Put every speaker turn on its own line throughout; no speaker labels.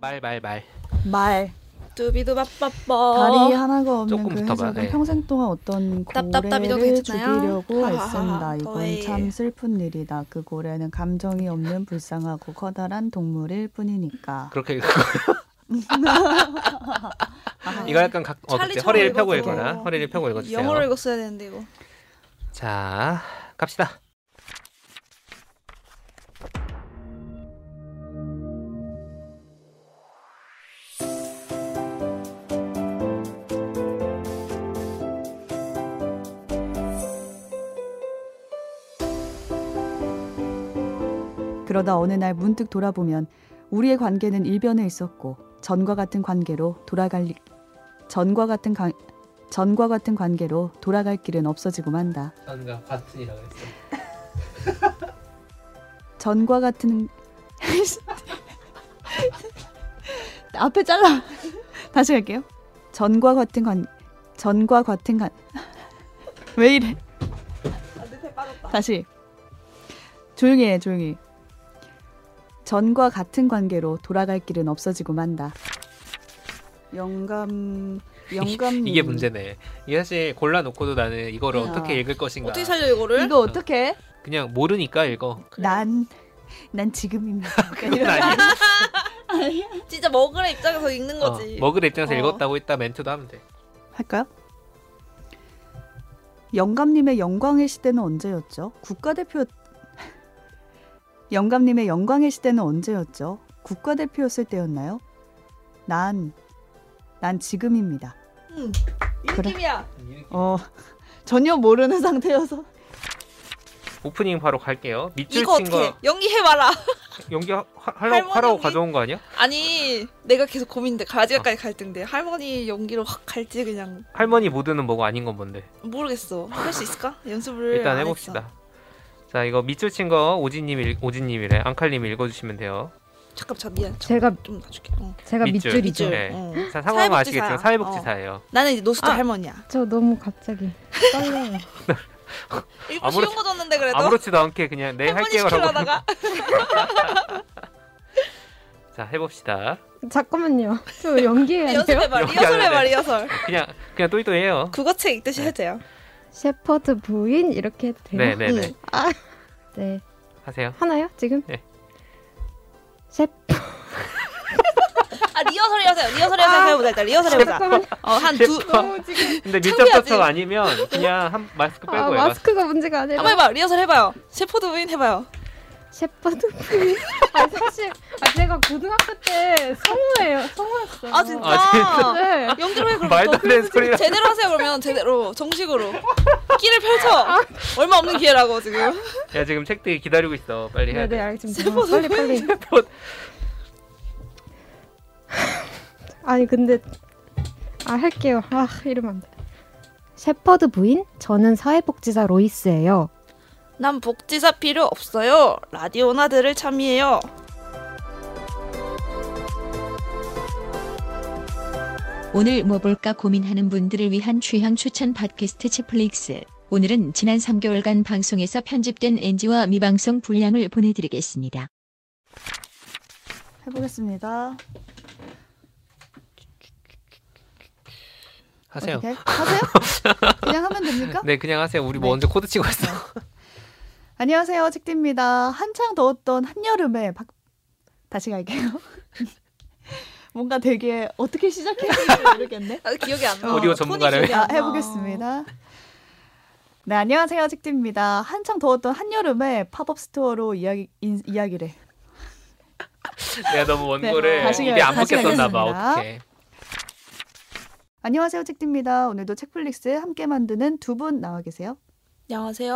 말 말 말.
말
두비두바빠빠
다리 하나가 없는
조금
그
붙어봐,
해적은
예.
평생 동안 어떤
어. 답답답이도
고래를
괜찮아요?
죽이려고
하하하,
애쓴다. 이건
더해.
참 슬픈 일이다. 그 고래는 감정이 없는 불쌍하고 커다란 동물일 뿐이니까.
그렇게
아,
이거 약간 각 어,
찰리
그때 허리를
처럼
펴고
읽어줘.
읽거나 허리를 펴고 읽어주세요.
영어로 읽었어야 되는데 이거
자 갑시다.
그러다 어느 날 문득 돌아보면 우리의 관계는 일변에 있었고 전과 같은 관계로 돌아갈 리- 전과 같은 관 전과 같은 관계로 돌아갈 길은 없어지고 만다.
아까 같은이라고 했어.
전과 같은 앞에 잘라 다시 갈게요. 전과 같은 관 전과 같은 관왜 이래?
늪에 빠졌다
다시 조용히 해 조용히 전과 같은 관계로 돌아갈 길은 없어지고 만다 영감 영감
이게 문제네. 이게 사실 골라놓고도 나는 이거를
야.
어떻게 읽을 것인가.
아. 어떻게 살려 이거를
이거 어떻게
그냥 모르니까 읽어.
난 난 지금입니다
그건 아니야.
진짜 먹으래 입장에서 읽는
어,
거지
먹을 입장에서
어.
읽었다고 했다 멘트도 하면 돼.
할까요? 영감님의 영광의 시대는 언제였죠? 국가대표 영감님의 영광의 시대는 언제였죠? 국가대표였을 때였나요? 난, 난 지금입니다.
음, 이
그래.
느낌이야
어, 전혀 모르는 상태여서.
오프닝 바로 갈게요. 밑줄
이거
친
어떻게
거
해? 연기해봐라
연기 하- 하- 하려고
할머니
하라고
연기.
가져온 거 아니야?
아니 내가 계속 고민돼 가지가까지
어.
갈등돼 할머니 연기로 확 갈지 그냥
할머니 모드는 뭐고 아닌 건 뭔데?
모르겠어 할 수 있을까 연습을
일단
안 했어.
해봅시다. 자 이거 밑줄 친 거 오진님 오진님이래 앙칼님 이 읽어주시면 돼요.
잠깐 자 미안 저-
제가
좀 놔줄게 어.
제가
밑줄.
밑줄이죠.
밑줄. 네.
어.
자 상황은
사회복지사야. 어.
아시겠지만 사회복지사예요.
나는 이제 노숙자
아.
할머니야
저 너무 갑자기 떨려요.
일부
아무렇지-
쉬운 거 줬는데 그래도
아무렇지도 않게 그냥 네
할머니
할게요라고.
시키려다가
자 해봅시다.
잠깐만요. 저 연기해야 돼요?
연습해봐
연기 안
리허설해봐
해야 돼.
리허설
그냥 그냥 또이또이해요.
국어책
네.
읽듯이 해도 돼요
셰퍼드 부인 이렇게 해도 돼요?
네네네
응.
네.
어,
하세요.
하나요? 지금?
네.
셰퍼
아 리허설 해보세요 리허설 해보세요 해보자 일단 리허설 해보자
잠깐만.
어한두
아,
너무 지금
근데 밀접
창피하지?
접촉 아니면 그냥 한 마스크 빼고
아,
해요. 마스크.
마스크가 문제가 아니라
한번 해봐 리허설 해봐요 셰퍼드 부인 해봐요
셰퍼드 부인. 아 사실 아, 제가 고등학교 때 성우예요. 성우였어요.
아 진짜,
아,
네.
연기로 해 그러면
말도 안 되는 소리라.
제대로 하세요 그러면 제대로 정식으로 끼를 펼쳐 얼마 없는 기회라고 지금
야 지금 책 되게 기다리고 있어. 빨리 해야
네네
돼.
알겠습니다.
셰퍼드
빨리 빨리. 아니 근데 아 할게요. 아 이러면 안 돼. 셰퍼드 부인? 저는 사회복지사 로이스예요.
난 복지사 필요 없어요 라디오나 들을 참이에요
오늘 뭐 볼까 고민하는 분들을 위한 취향 추천 팟캐스트 치플릭스. 오늘은 지난 3개월간 방송에서 편집된 NG와 미방송 분량을 보내드리겠습니다.
해보겠습니다.
하세요.
어떻게? 하세요? 그냥 하면 됩니까?
네 그냥 하세요. 우리 뭐
네.
언제 코드 치고 있어.
안녕하세요. 책디입니다. 한창 더웠던 한여름에 박... 다시 갈게요. 뭔가 되게 어떻게 시작해야 될지 모르겠네.
아, 기억이 안 나.
오디오
톤이
전문가를.
기억이
아,
안 나.
해보겠습니다. 네, 안녕하세요. 책디입니다. 한창 더웠던 한여름에 팝업 스토어로 이야기, 인, 이야기를.
내가 너무 원고를
네, 다시
입에
가요.
안
다시
붙겠었나 봐.
가겠습니다.
어떡해.
안녕하세요. 책디입니다. 오늘도 책플릭스 함께 만드는 두 분 나와 계세요.
안녕하세요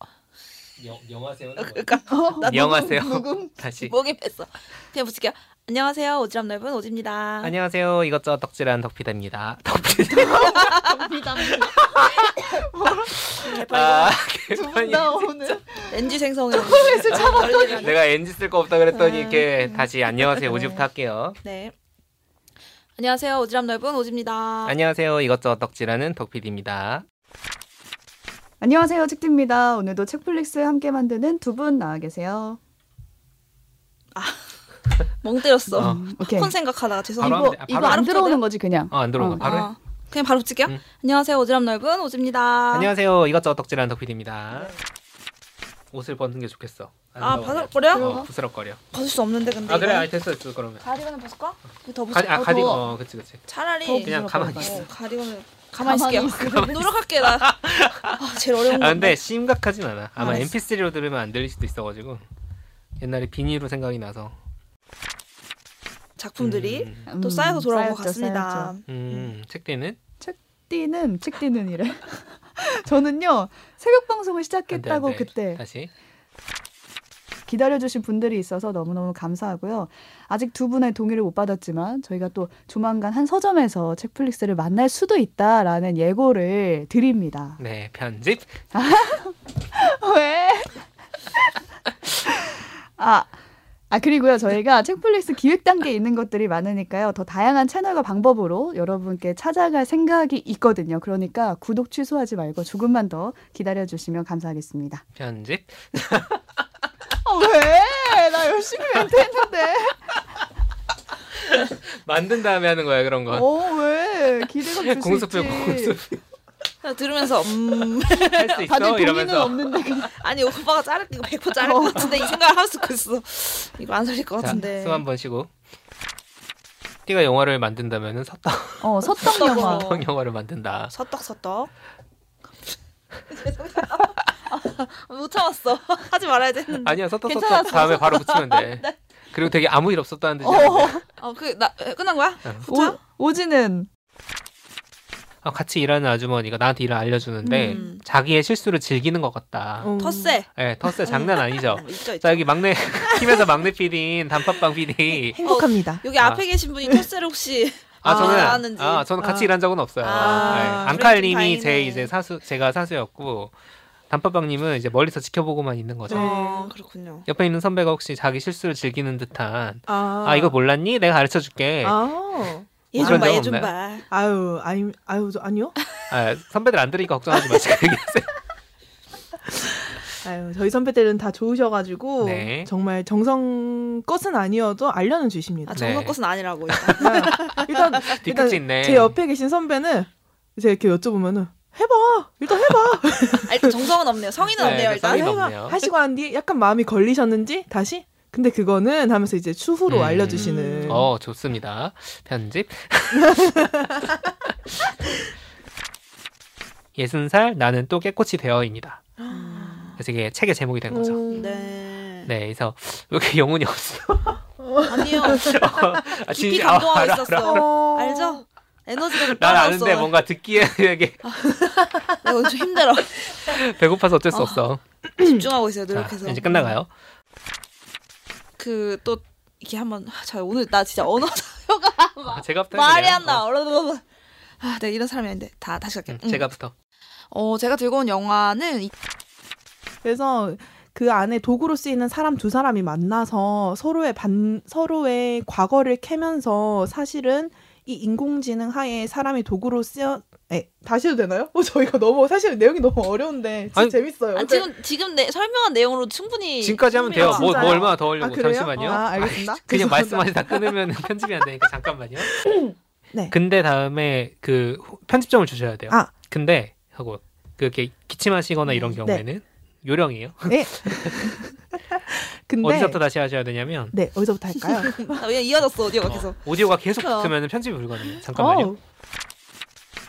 어,
영하세요.
그니까
어?
나 녹음,
영하세요.
녹음
다시.
목이 뺐어 그냥 붙일게요 안녕하세요 오지랖 넓은 오지입니다
안녕하세요. 이것저것 덕질한 덕피다입니다. 덕피다. 아, 개판이.
나 오늘
NG 생성해
내가 NG 쓸 거 없다 그랬더니
아,
이렇게 다시 안녕하세요. 오지부터 할게요.
네 안녕하세요 오지랖 넓은
아.
오지입니다
안녕하세요. 이것저것 덕질하는 덕피디입니다.
안녕하세요. 책디입니다. 오늘도 책플릭스 함께 만드는 두 분 나와 계세요.
멍 때렸어.
어.
오케이.
팝콘 생각하다가
바로
이거
죄송합니다.
하면 돼.
이거
네, 바로
안
하면
들어오는
돼요?
거지 그냥.
어, 안 들어오는 거 바로 해.
아, 그냥 바로 찍게요.
음.
안녕하세요. 오지랖 넓은
아.
오지입니다.
안녕하세요. 이것저것 덕질하는 덕필입니다. 옷을 벗는 게 좋겠어. 안
아,
더워.
바삭거려?
어, 부스럭거려.
벗을 수 없는데 근데.
아 그래,
이거는.
아 됐어, 됐어 그러면.
가디건을 벗을까? 더
가,
벗을
아 가디, 어, 그치 그치.
차라리
더
그냥 가만히 있어.
어, 가디건을 가만히 있을게요. 노력할게 나. 아, 제일 어려운
아 근데
건데.
심각하진 않아. 아마
알았어.
MP3로 들으면 안 들릴 수도 있어가지고 옛날에 비니로 생각이 나서.
작품들이
음,
음,
또 쌓여서 돌아온 것
쌓였죠,
같습니다.
쌓였죠.
음, 책 뒤는
띠는 책 띠는 이래. 저는요 새벽 방송을 시작했다고
네,
안 돼, 안 돼.
그때
다시.
기다려주신 분들이 있어서 너무너무 감사하고요. 아직 두 분의 동의를 못 받았지만 저희가 또 조만간 한 서점에서 책플릭스를 만날 수도 있다라는 예고를 드립니다.
네, 편집.
왜? 아, 아 그리고요 저희가 책플릭스 기획 단계에 있는 것들이 많으니까요 더 다양한 채널과 방법으로 여러분께 찾아갈 생각이 있거든요. 그러니까 구독 취소하지 말고 조금만 더 기다려 주시면 감사하겠습니다.
편집.
아, 왜? 나 열심히 멘트했는데.
만든 다음에 하는 거야 그런 건.
어 왜? 기대감 줄수
공수표
있지.
공수표
그냥 들으면서 음
할 수
다들
있어
동의는
이러면서.
없는데 그냥.
아니 오빠가 자를 이거 100% 자를 것 같은데 이 생각을 하면서 그랬어. 이거 안 살릴 것
자,
같은데.
숨 한 번 쉬고. 띠가 영화를 만든다면은 섰던
어 서떡 영화.
어.
영화를 만든다.
서떡 서떡. 죄송해요. 못 참았어. 하지 말아야 되는데.
아니야 서떡 서떡
괜찮아,
다음에 바로 붙이면 돼. 그리고 되게 아무 일 없었다는 듯이.
어.
어, 그 나 끝난 거야?
어.
오,
붙여?
오지는
아, 같이 일하는 아주머니가 나한테 일을 알려주는데
음.
자기의 실수를 즐기는 것 같다.
텃세. 어,
예, 터세 장난 아니죠.
있죠, 있죠.
자 여기 막내 팀에서 막내 PD인 단팥빵 PD.
행복합니다.
여기
아.
앞에 계신 분이 텃세를 혹시
아
아,
저는
잘하는지.
아 저는 같이
아.
일한 적은 없어요.
아,
예, 앙칼님이
그래도
제
다행이네.
이제 사수 제가 사수였고 단팥빵님은 이제 멀리서 지켜보고만 있는 거죠.
어, 그렇군요.
옆에 있는 선배가 혹시 자기 실수를 즐기는 듯한
아,
아 이거 몰랐니? 내가 가르쳐 줄게. 아.
아,
얘
그런
좀 봐,
적
얘 좀
없나요?
봐.
아유, 아니, 아유, 저, 아니요.
선배들 안 들으니까 걱정하지 마시고 얘기하세요.
아유, 저희 선배들은 다 좋으셔가지고
네.
정말 정성껏은 아니어도 알려는 주십니다.
아, 정석
네.
것은 아니라고 일단.
일단, 일단
뒤끝이 있네.
제 옆에 계신 선배는 이제 이렇게 여쭤보면은 해봐, 일단 해봐,
아, 일단 정성은 없네요. 성의는
네,
없네요,
일단
일단.
성의는 없네요.
해봐 하시고 한 뒤에 약간 마음이 걸리셨는지 다시 근데 그거는 하면서 이제 추후로
음.
네.
알려주시는
어 좋습니다. 편집. 예순 살 나는 또 깨꽃이 되어입니다. 그래서 이게 책의 제목이 된 거죠.
음.
네.
네, 그래서 왜 이렇게 영혼이 없어?
아니요.
아,
깊이
진짜- 아,
감동하고
알아, 알아.
있었어.
어.
알죠? 에너지가 좀
난
떨어졌어. 아.
아는데 뭔가 듣기에 되게
나 네, 오늘 좀 힘들어.
배고파서 어쩔 수 없어.
집중하고 있어요,
자,
아, 노력해서.
이제 끝나가요.
그 또 이게 한번 아, 자 오늘 나 진짜 언어
아, 제가부터
음. 말이
해도
안
돼요?
나. 얼어버려. 아, 내가 이런 사람이 아닌데. 다 다시
어,
갈게요.
음, 제가부터.
어, 제가 들고 온 영화는 이-
그래서 그 안에 도구로 쓰이는 사람 두 사람이 만나서 서로의 반 서로의 과거를 캐면서 사실은 이 인공지능 하에 사람이 도구로 쓰여 에 다시 해도 되나요? 어, 저희가 너무 사실 내용이 너무 어려운데 진짜
아니,
재밌어요.
아, 지금 지금 내 설명한 내용으로 충분히
지금까지 하면 돼요. 뭐,
아,
뭐
진짜요?
얼마나 더
아
올리고
그래요?
잠시만요.
아 알겠습니다.
그냥
죄송합니다.
말씀하시다 끊으면 편집이 안 되니까 잠깐만요.
네.
근데 다음에 그 호- 편집점을 주셔야 돼요.
아. 네.
근데 하고 그렇게 기침하시거나 이런 경우에는 요령이에요.
근데
어디서부터 다시 하셔야 되냐면
네 어디서부터 할까요?
아, 그냥 이어졌어. 어디가 계속.
뭐. 어, 오디오가 계속
그래요.
붙으면 편집이 불가능해요. 잠깐만요.
어우.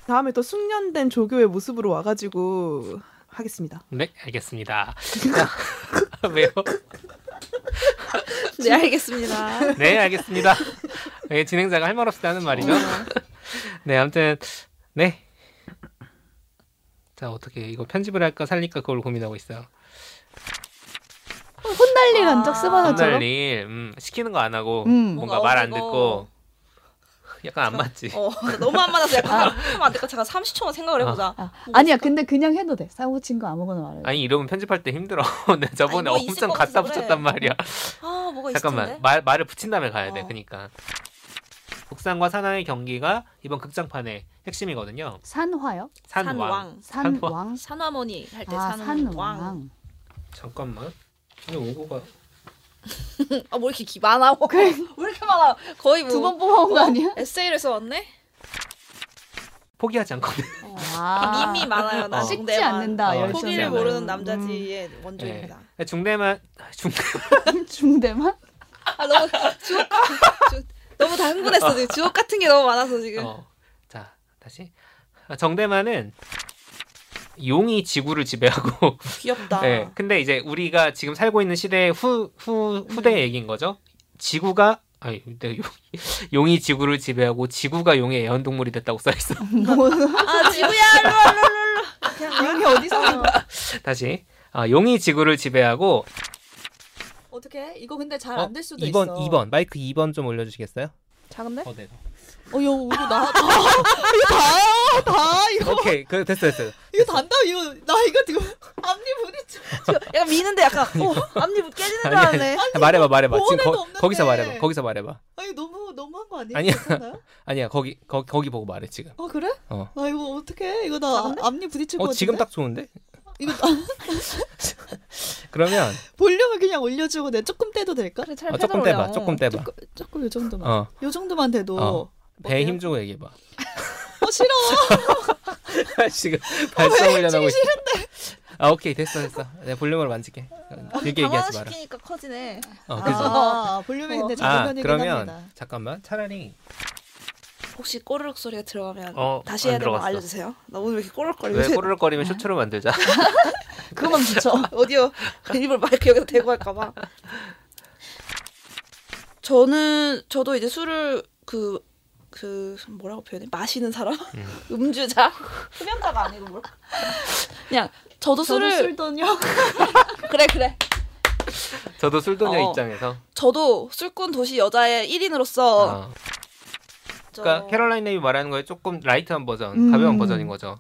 다음에 또 숙련된 조교의 모습으로 와가지고 하겠습니다.
네, 알겠습니다. 자, 왜요?
네, 알겠습니다.
네, 알겠습니다. 네, 진행자가 할 말 없을 때 하는 말이죠. 네, 아무튼 네. 자, 어떻게 이거 편집을 할까 살릴까 그걸 고민하고 있어요.
혼날일 한적
혼날
아,
스바나처럼.
일 음, 시키는 거 안 하고
아. 음.
뭔가
뭔가
말 안 듣고
어쩌고.
약간 안 맞지.
어, 너무 안 맞아서 약간 하면 안 될까? 잠깐 30초만 생각을 해보자.
아, 아니야 근데 그냥 해도 돼. 싸고 친 거 아무거나 말해.
아니 이러면 편집할 때 힘들어. 내 저번에
아니, 뭐 있을
엄청
것
갖다
같아서 그래.
붙였단 말이야.
아, 뭐가 있을
잠깐만
텐데?
말 말을 붙인 다음에 가야 돼.
어.
그러니까 북산과 산하의 경기가 이번 극장판의 핵심이거든요.
산화요?
산왕. 산화.
산왕.
산화머니 할 때
아
산왕.
산왕.
잠깐만. 근데 오고가
아 뭐 이렇게 기- 많아? 왜 이렇게 많아? 거의 뭐
두 번 뽑아온 거 아니야?
에세이를 써왔네?
포기하지 않고
아,
밈이 많아요. 나 음.
어.
식지
중대만.
않는다.
어,
열정이.
포기를
열정이잖아요.
모르는 남자지의 원조입니다.
중대만 중
중대만?
아 너무 주옥 주- 너무 다 흥분했어 지금 주옥 같은 게 너무 많아서 지금.
어. 자 다시 아, 정대만은 용이 지구를 지배하고
아.
귀엽다.
네. 근데 이제 우리가 지금 살고 있는 시대의 후, 후,
음.
후대 얘기인 거죠. 지구가 아니 근데 용, 용이 지구를 지배하고 지구가 용의 애완동물이 됐다고 써있어.
뭐
아 지구야 일로 와, 일로 와, 일로 와.
용이 어디서?
다시 아, 용이 지구를 지배하고
어떻게? 이거 근데 잘 안 될 수도
2번
있어.
2번 마이크 2번 좀 올려주시겠어요?
작은데?
어, 네.
어, 이거 이거 나
오케이 그 됐어 됐어.
이거 단다 이거 나 이거 지금 앞니 부딪혀.
약간 미는데 약간 어, 앞니 뭐 깨지는 줄
아니,
알았네.
말해봐 말해봐
뭐
지금
오늘도
거,
없는데.
거기서 말해봐 거기서 말해봐
아니 너무 너무한 거 아니에요?
아니야.
괜찮아요?
아니야 거기 거, 거기 보고 말해 지금
어 그래?
어.
아 이거 어떻게? 이거 나
작은데?
앞니 부딪힐 것
어
같은데.
지금 딱 좋은데
이거 나-
그러면
볼륨을 그냥 올려주고 내 조금 떼도 될까?
그래 차라리
어, 조금
패드로
떼봐
올려.
조금 떼봐
조금 조금 요 정도만.
어
요 정도만 돼도
어.
어,
배에 힘 주고 얘기해봐
싫어.
지금 발성 훈련하고 있어 아 오케이 됐어 됐어 내가 볼륨으로 만질게 길게 얘기하지 마라
시키니까 커지네.
어 그지
아,
아, 볼륨이 근데
아
작은 편이긴
그러면
합니다.
잠깐만 차라리
혹시 꼬르륵 소리가 들어가면
어,
다시
안
해야 되는 거
들어갔어.
알려주세요. 나 오늘 왜 이렇게 꼬르륵거리지?
왜 꼬르륵거리면 쇼츠로 만들자
그거만 붙여.
어디요? 입을 마이크 여기서 대고 할까봐. 저는 저도 이제 술을 그 그 뭐라고 표현해? 마시는 사람? 음주자? 흡연자가 아니고 뭘? 그냥 저도 술을
돈요.
그래 그래.
저도 술도녀
어.
입장에서
저도 술꾼 도시 여자의 1인으로서
어. 그러니까 캐롤라인 님이 말하는 거에 조금 라이트한 버전
음.
가벼운 버전인 거죠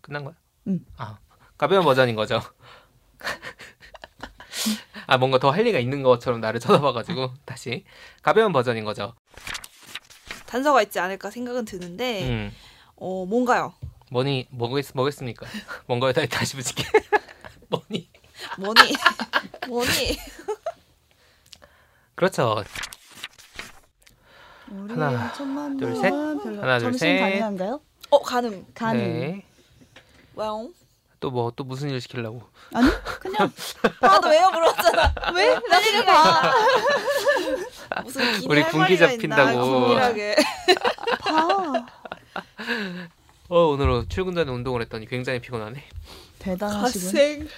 끝난 거야?
음.
아 가벼운 버전인 거죠 아 뭔가 더 할 얘기가 있는 것처럼 나를 쳐다봐가지고 다시 가벼운 버전인 거죠
단서가 있지 않을까 생각은 드는데
음.
어 뭔가요?
뭐니 뭐겠, 뭐겠습니까? 뭔가에 다- 다시 붙일게. 뭐니?
뭐니 뭐니
그렇죠. 하나, 둘, 셋. 하나, 둘, 셋.
가능한가요?
어 가능
가능.
네.
와옹
또 뭐 또 무슨 일 시키려고?
아니 그냥
나도 왜요 물어봤잖아
왜?
나 이리 봐 무슨 기니
우리
할
군기
말이가
잡힌다고.
있나, 아, 긴밀하게
봐.
어 오늘 출근 전에 운동을 했더니 굉장히 피곤하네.
대단하시군.
갓생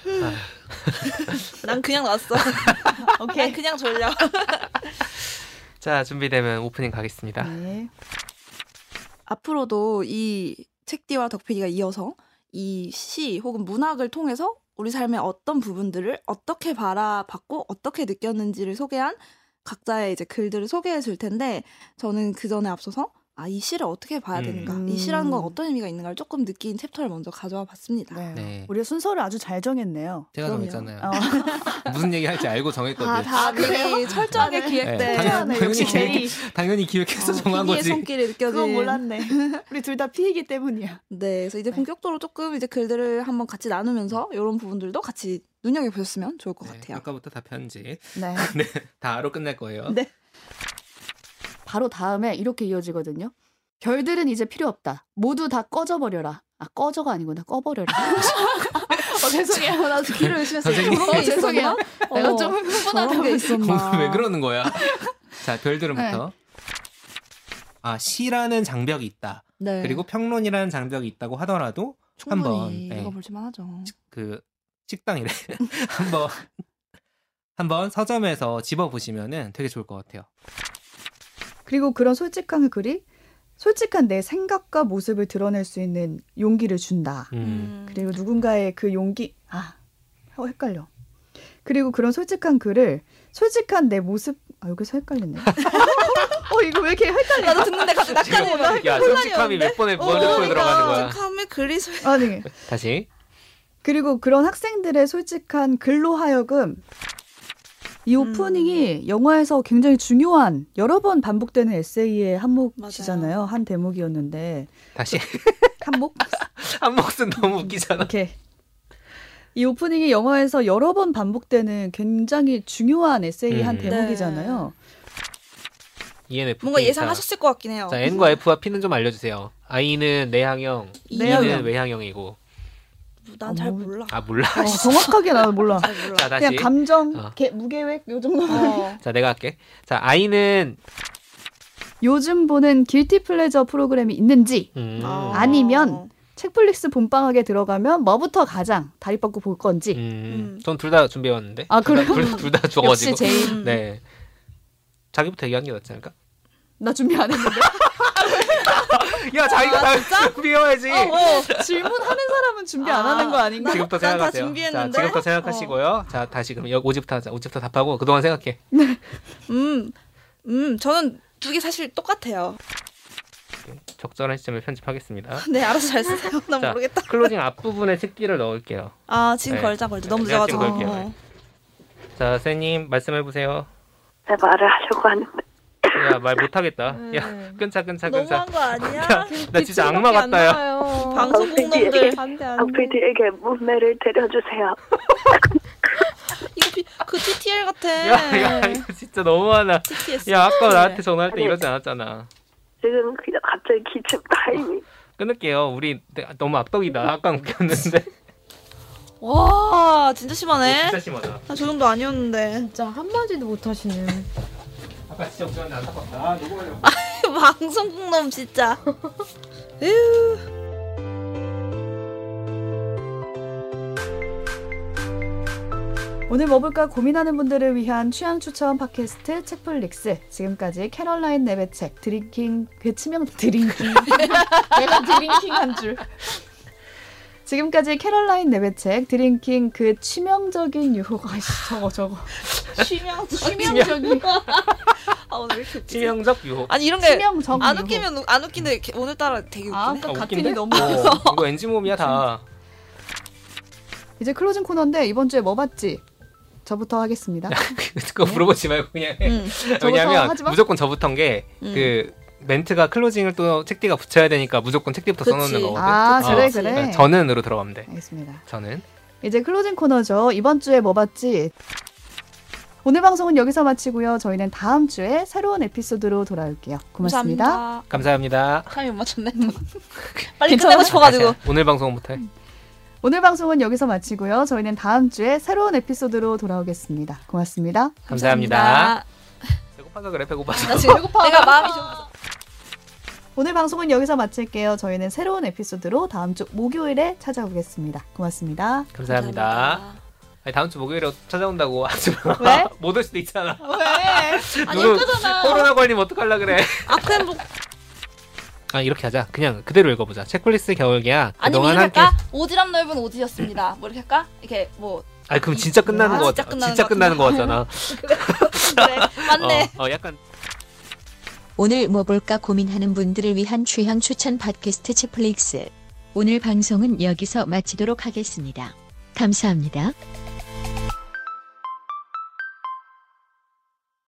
난 그냥 났어 난
오케이.
그냥 졸려
자 준비되면 오프닝 가겠습니다.
네.
앞으로도 이 책디와 덕피디가 이어서 이 시 혹은 문학을 통해서 우리 삶의 어떤 부분들을 어떻게 바라봤고 어떻게 느꼈는지를 소개한 각자의 이제 글들을 소개해 줄 텐데 저는 그 전에 앞서서 아 이 시를 어떻게 봐야
음.
되는가
음.
이 시라는 건 어떤 의미가 있는가를 조금 느낀 챕터를 먼저 가져와 봤습니다.
네.
네.
우리가 순서를 아주 잘 정했네요.
제가
그럼요.
정했잖아요.
어.
무슨 얘기 할지 알고
아,
정했거든요.
다 그래 철저하게
네,
기획된 어,
당연-
네, 역시
당연히
제이.
당연히 기획해서 정한
피디의
거지.
손길이 느껴진
그건 몰랐네. 우리 둘 다 피이기 때문이야.
네, 그래서 이제 본격적으로 조금 이제 글들을 한번 같이 나누면서 이런 부분들도 같이 눈여겨 보셨으면 좋을 것
네,
같아요.
아까부터 다 편지.
네.
다로 끝날 거예요.
네. 바로 다음에 이렇게 이어지거든요. 별들은 이제 필요 없다. 모두 다 꺼져버려라. 아 꺼져가 아니구나. 꺼버려라. 어, 죄송해요. 나 귀를 의심했어요.
선생님.
어, 죄송해요. 내가
어,
좀
저런
흥분하는
게
게
있었나?
공부 왜 그러는 거야? 자 별들은부터.
네.
아 시라는 장벽이 있다.
네.
그리고 평론이라는 장벽이 있다고 하더라도
충분히
번, 네.
읽어볼만 하죠.
그 식당이래 한번 한번 서점에서 집어 보시면은 되게 좋을 것 같아요.
그리고 그런 솔직한 글이 솔직한 내 생각과 모습을 드러낼 수 있는 용기를 준다.
음.
음.
그리고 누군가의 그 용기 아 어, 헷갈려. 그리고 그런 솔직한 글을 솔직한 내 모습 아 여기서 헷갈렸네. 어 이거 왜 이렇게 헷갈려?
나도 듣는데 갑자기 낯가는 거야.
야 솔직함이 몇 번에
어,
몇 번에 들어가는 거야.
솔직함의 글이 소...
아니
다시
그리고 그런 학생들의 솔직한 글로 하여금 이 오프닝이 영화에서 굉장히 중요한 여러 번 반복되는 에세이의 한목이잖아요. 한 대목이었는데
다시
한목
한 목은 너무 웃기잖아.
오케이. 이 오프닝이 영화에서 여러 번 반복되는 굉장히 중요한 에세이 한
음.
대목이잖아요.
ENFP.
뭔가 예상하셨을 것 같긴 해요.
그러니까. 자, 자, N과 F와 P는 좀 알려주세요. I는 내향형,
내향형.
E는 외향형이고.
뭐, 난 잘
어,
몰라.
아 몰라.
어, 정확하게 나는 몰라.
잘 몰라.
아, 자
그냥
다시.
감정,
어.
개- 무계획 요 정도.
어.
자 내가 할게. 자 I는
요즘 보는 길티 플레저 프로그램이 있는지
음,
아.
아니면 책플릭스 본방학에 들어가면 뭐부터 가장 다리 뻗고 볼 건지.
음,
음.
전 둘 다 준비해 왔는데.
아,
둘 다-
그래요?
둘- 둘다
역시
죽어가지고.
제일
음.
네. 자기부터 얘기한 게 낫지 않을까?
나 준비 안 했는데
야
아,
자기가 다
어,
준비해야지.
질문하는 사람은 준비 안
아,
하는 거 아닌가?
지금부터
난다
생각하세요. 자
준비했는데? 어.
지금부터 생각하시고요. 자 다시 그럼 여- 오집부터 하자. 오집부터 답하고 그동안 생각해.
음, 음, 저는 두 개 사실 똑같아요.
적절한 시점에 편집하겠습니다.
네, 알아서 잘 쓰세요. 난
자.
모르겠다.
클로징 앞부분에 색기를 넣을게요.
아, 지금
네.
걸자 걸자. 너무
네, 내가
늦어가지고.
지금 걸게요.
어.
자 선생님 말씀해 보세요.
네, 말을 하려고 하는데
야 말 못하겠다. 야 끊자 끊자 끊자.
네. 너무한 거 아니야? 그
나 진짜 악마 같다, 야.
방송국 놈들.
안돼 안돼.
악피디에게 몸매를 데려주세요.
이거 비, 그 TTL 같아.
야, 야 이거 진짜 너무하나.
TTS.
야 아까
네.
나한테 전화할 때
아니.
이러지 않았잖아.
지금 그냥 갑자기 기침 타임이
끊을게요. 우리 내- 너무 악덕이다. 아까 웃겼는데
와, 진짜 심하네.
아, 진짜 심하다.
나 저 정도 아니었는데.
진짜 한마디도 못 하시네.
아까 진짜 웃겼는데 안타깝다. 아, 녹음하려고.
아, 방송국 놈 진짜. 에휴.
오늘 뭐 볼까 고민하는 분들을 위한 취향 추천 팟캐스트 책플릭스 지금까지 캐럴라인 랩의 책 드링킹 그 치명 드링킹 내가 드링킹 한줄 지금까지 캐럴라인 랩의 책 드링킹 그 치명적인 유혹 아이씨 저거 저거
쉬면
치명적인
아 오늘 왜 이렇게 웃기지?
치명적 유혹.
아니 이런 게 네, 안
치명적 유혹.
웃기면 우- 안 웃긴데 이렇게 오늘따라 되게 웃기네.
아, 아까
아,
같은
웃긴데?
일 너무
어, 이거 엔지 몸이야 다.
이제 클로징 코너인데 이번 주에 뭐 봤지 저부터 하겠습니다
네, 그거 물어보지 말고 그냥. 해.
응.
왜냐면
하지 마?
무조건 저부터인
음.
게 그 멘트가 클로징을 또 책띠가 붙여야 되니까 무조건 책띠부터
그치.
써놓는 거거든.
아
어.
그래 그래
네, 저는으로 들어가면 돼.
알겠습니다
저는
이제 클로징 코너죠. 이번 주에 뭐 봤지? 오늘 방송은 여기서 마치고요. 저희는 다음 주에 새로운 에피소드로 돌아올게요. 고맙습니다.
감사합니다.
감사합니다.
타이밍 못 맞췄네. 빨리
괜찮아요?
끝내고 싶어가지고.
오늘 방송 못해.
오늘 방송은 여기서 마치고요. 저희는 다음 주에 새로운 에피소드로 돌아오겠습니다. 고맙습니다.
감사합니다. 배고파서 그래 배고파서.
나 지금 배고파. 내가 마음이 좀.
오늘 방송은 여기서 마칠게요. 저희는 새로운 에피소드로 다음 주 목요일에 찾아오겠습니다. 고맙습니다.
감사합니다. 아니, 다음 주 목요일에 찾아온다고 하지 마.
왜?
못올 수도 있잖아.
왜? 아니
누구-
예쁘잖아.
코로나 걸리면 어떡하려 그래.
아크엠 복.
아 이렇게 하자. 그냥 그대로 읽어보자. 책플리스 겨울계약.
아니면 이렇게 할까? 오지랖 넓은 오지였습니다. 뭐 이렇게 할까? 이렇게 뭐
아 그럼 진짜 끝나는
아,
거
진짜
같아.
끝나는
진짜
것
끝나는 거 같잖아.
그래 맞네.
어, 어 약간
오늘 뭐 볼까 고민하는 분들을 위한 취향 추천 팟캐스트 채플릭스. 오늘 방송은 여기서 마치도록 하겠습니다. 감사합니다.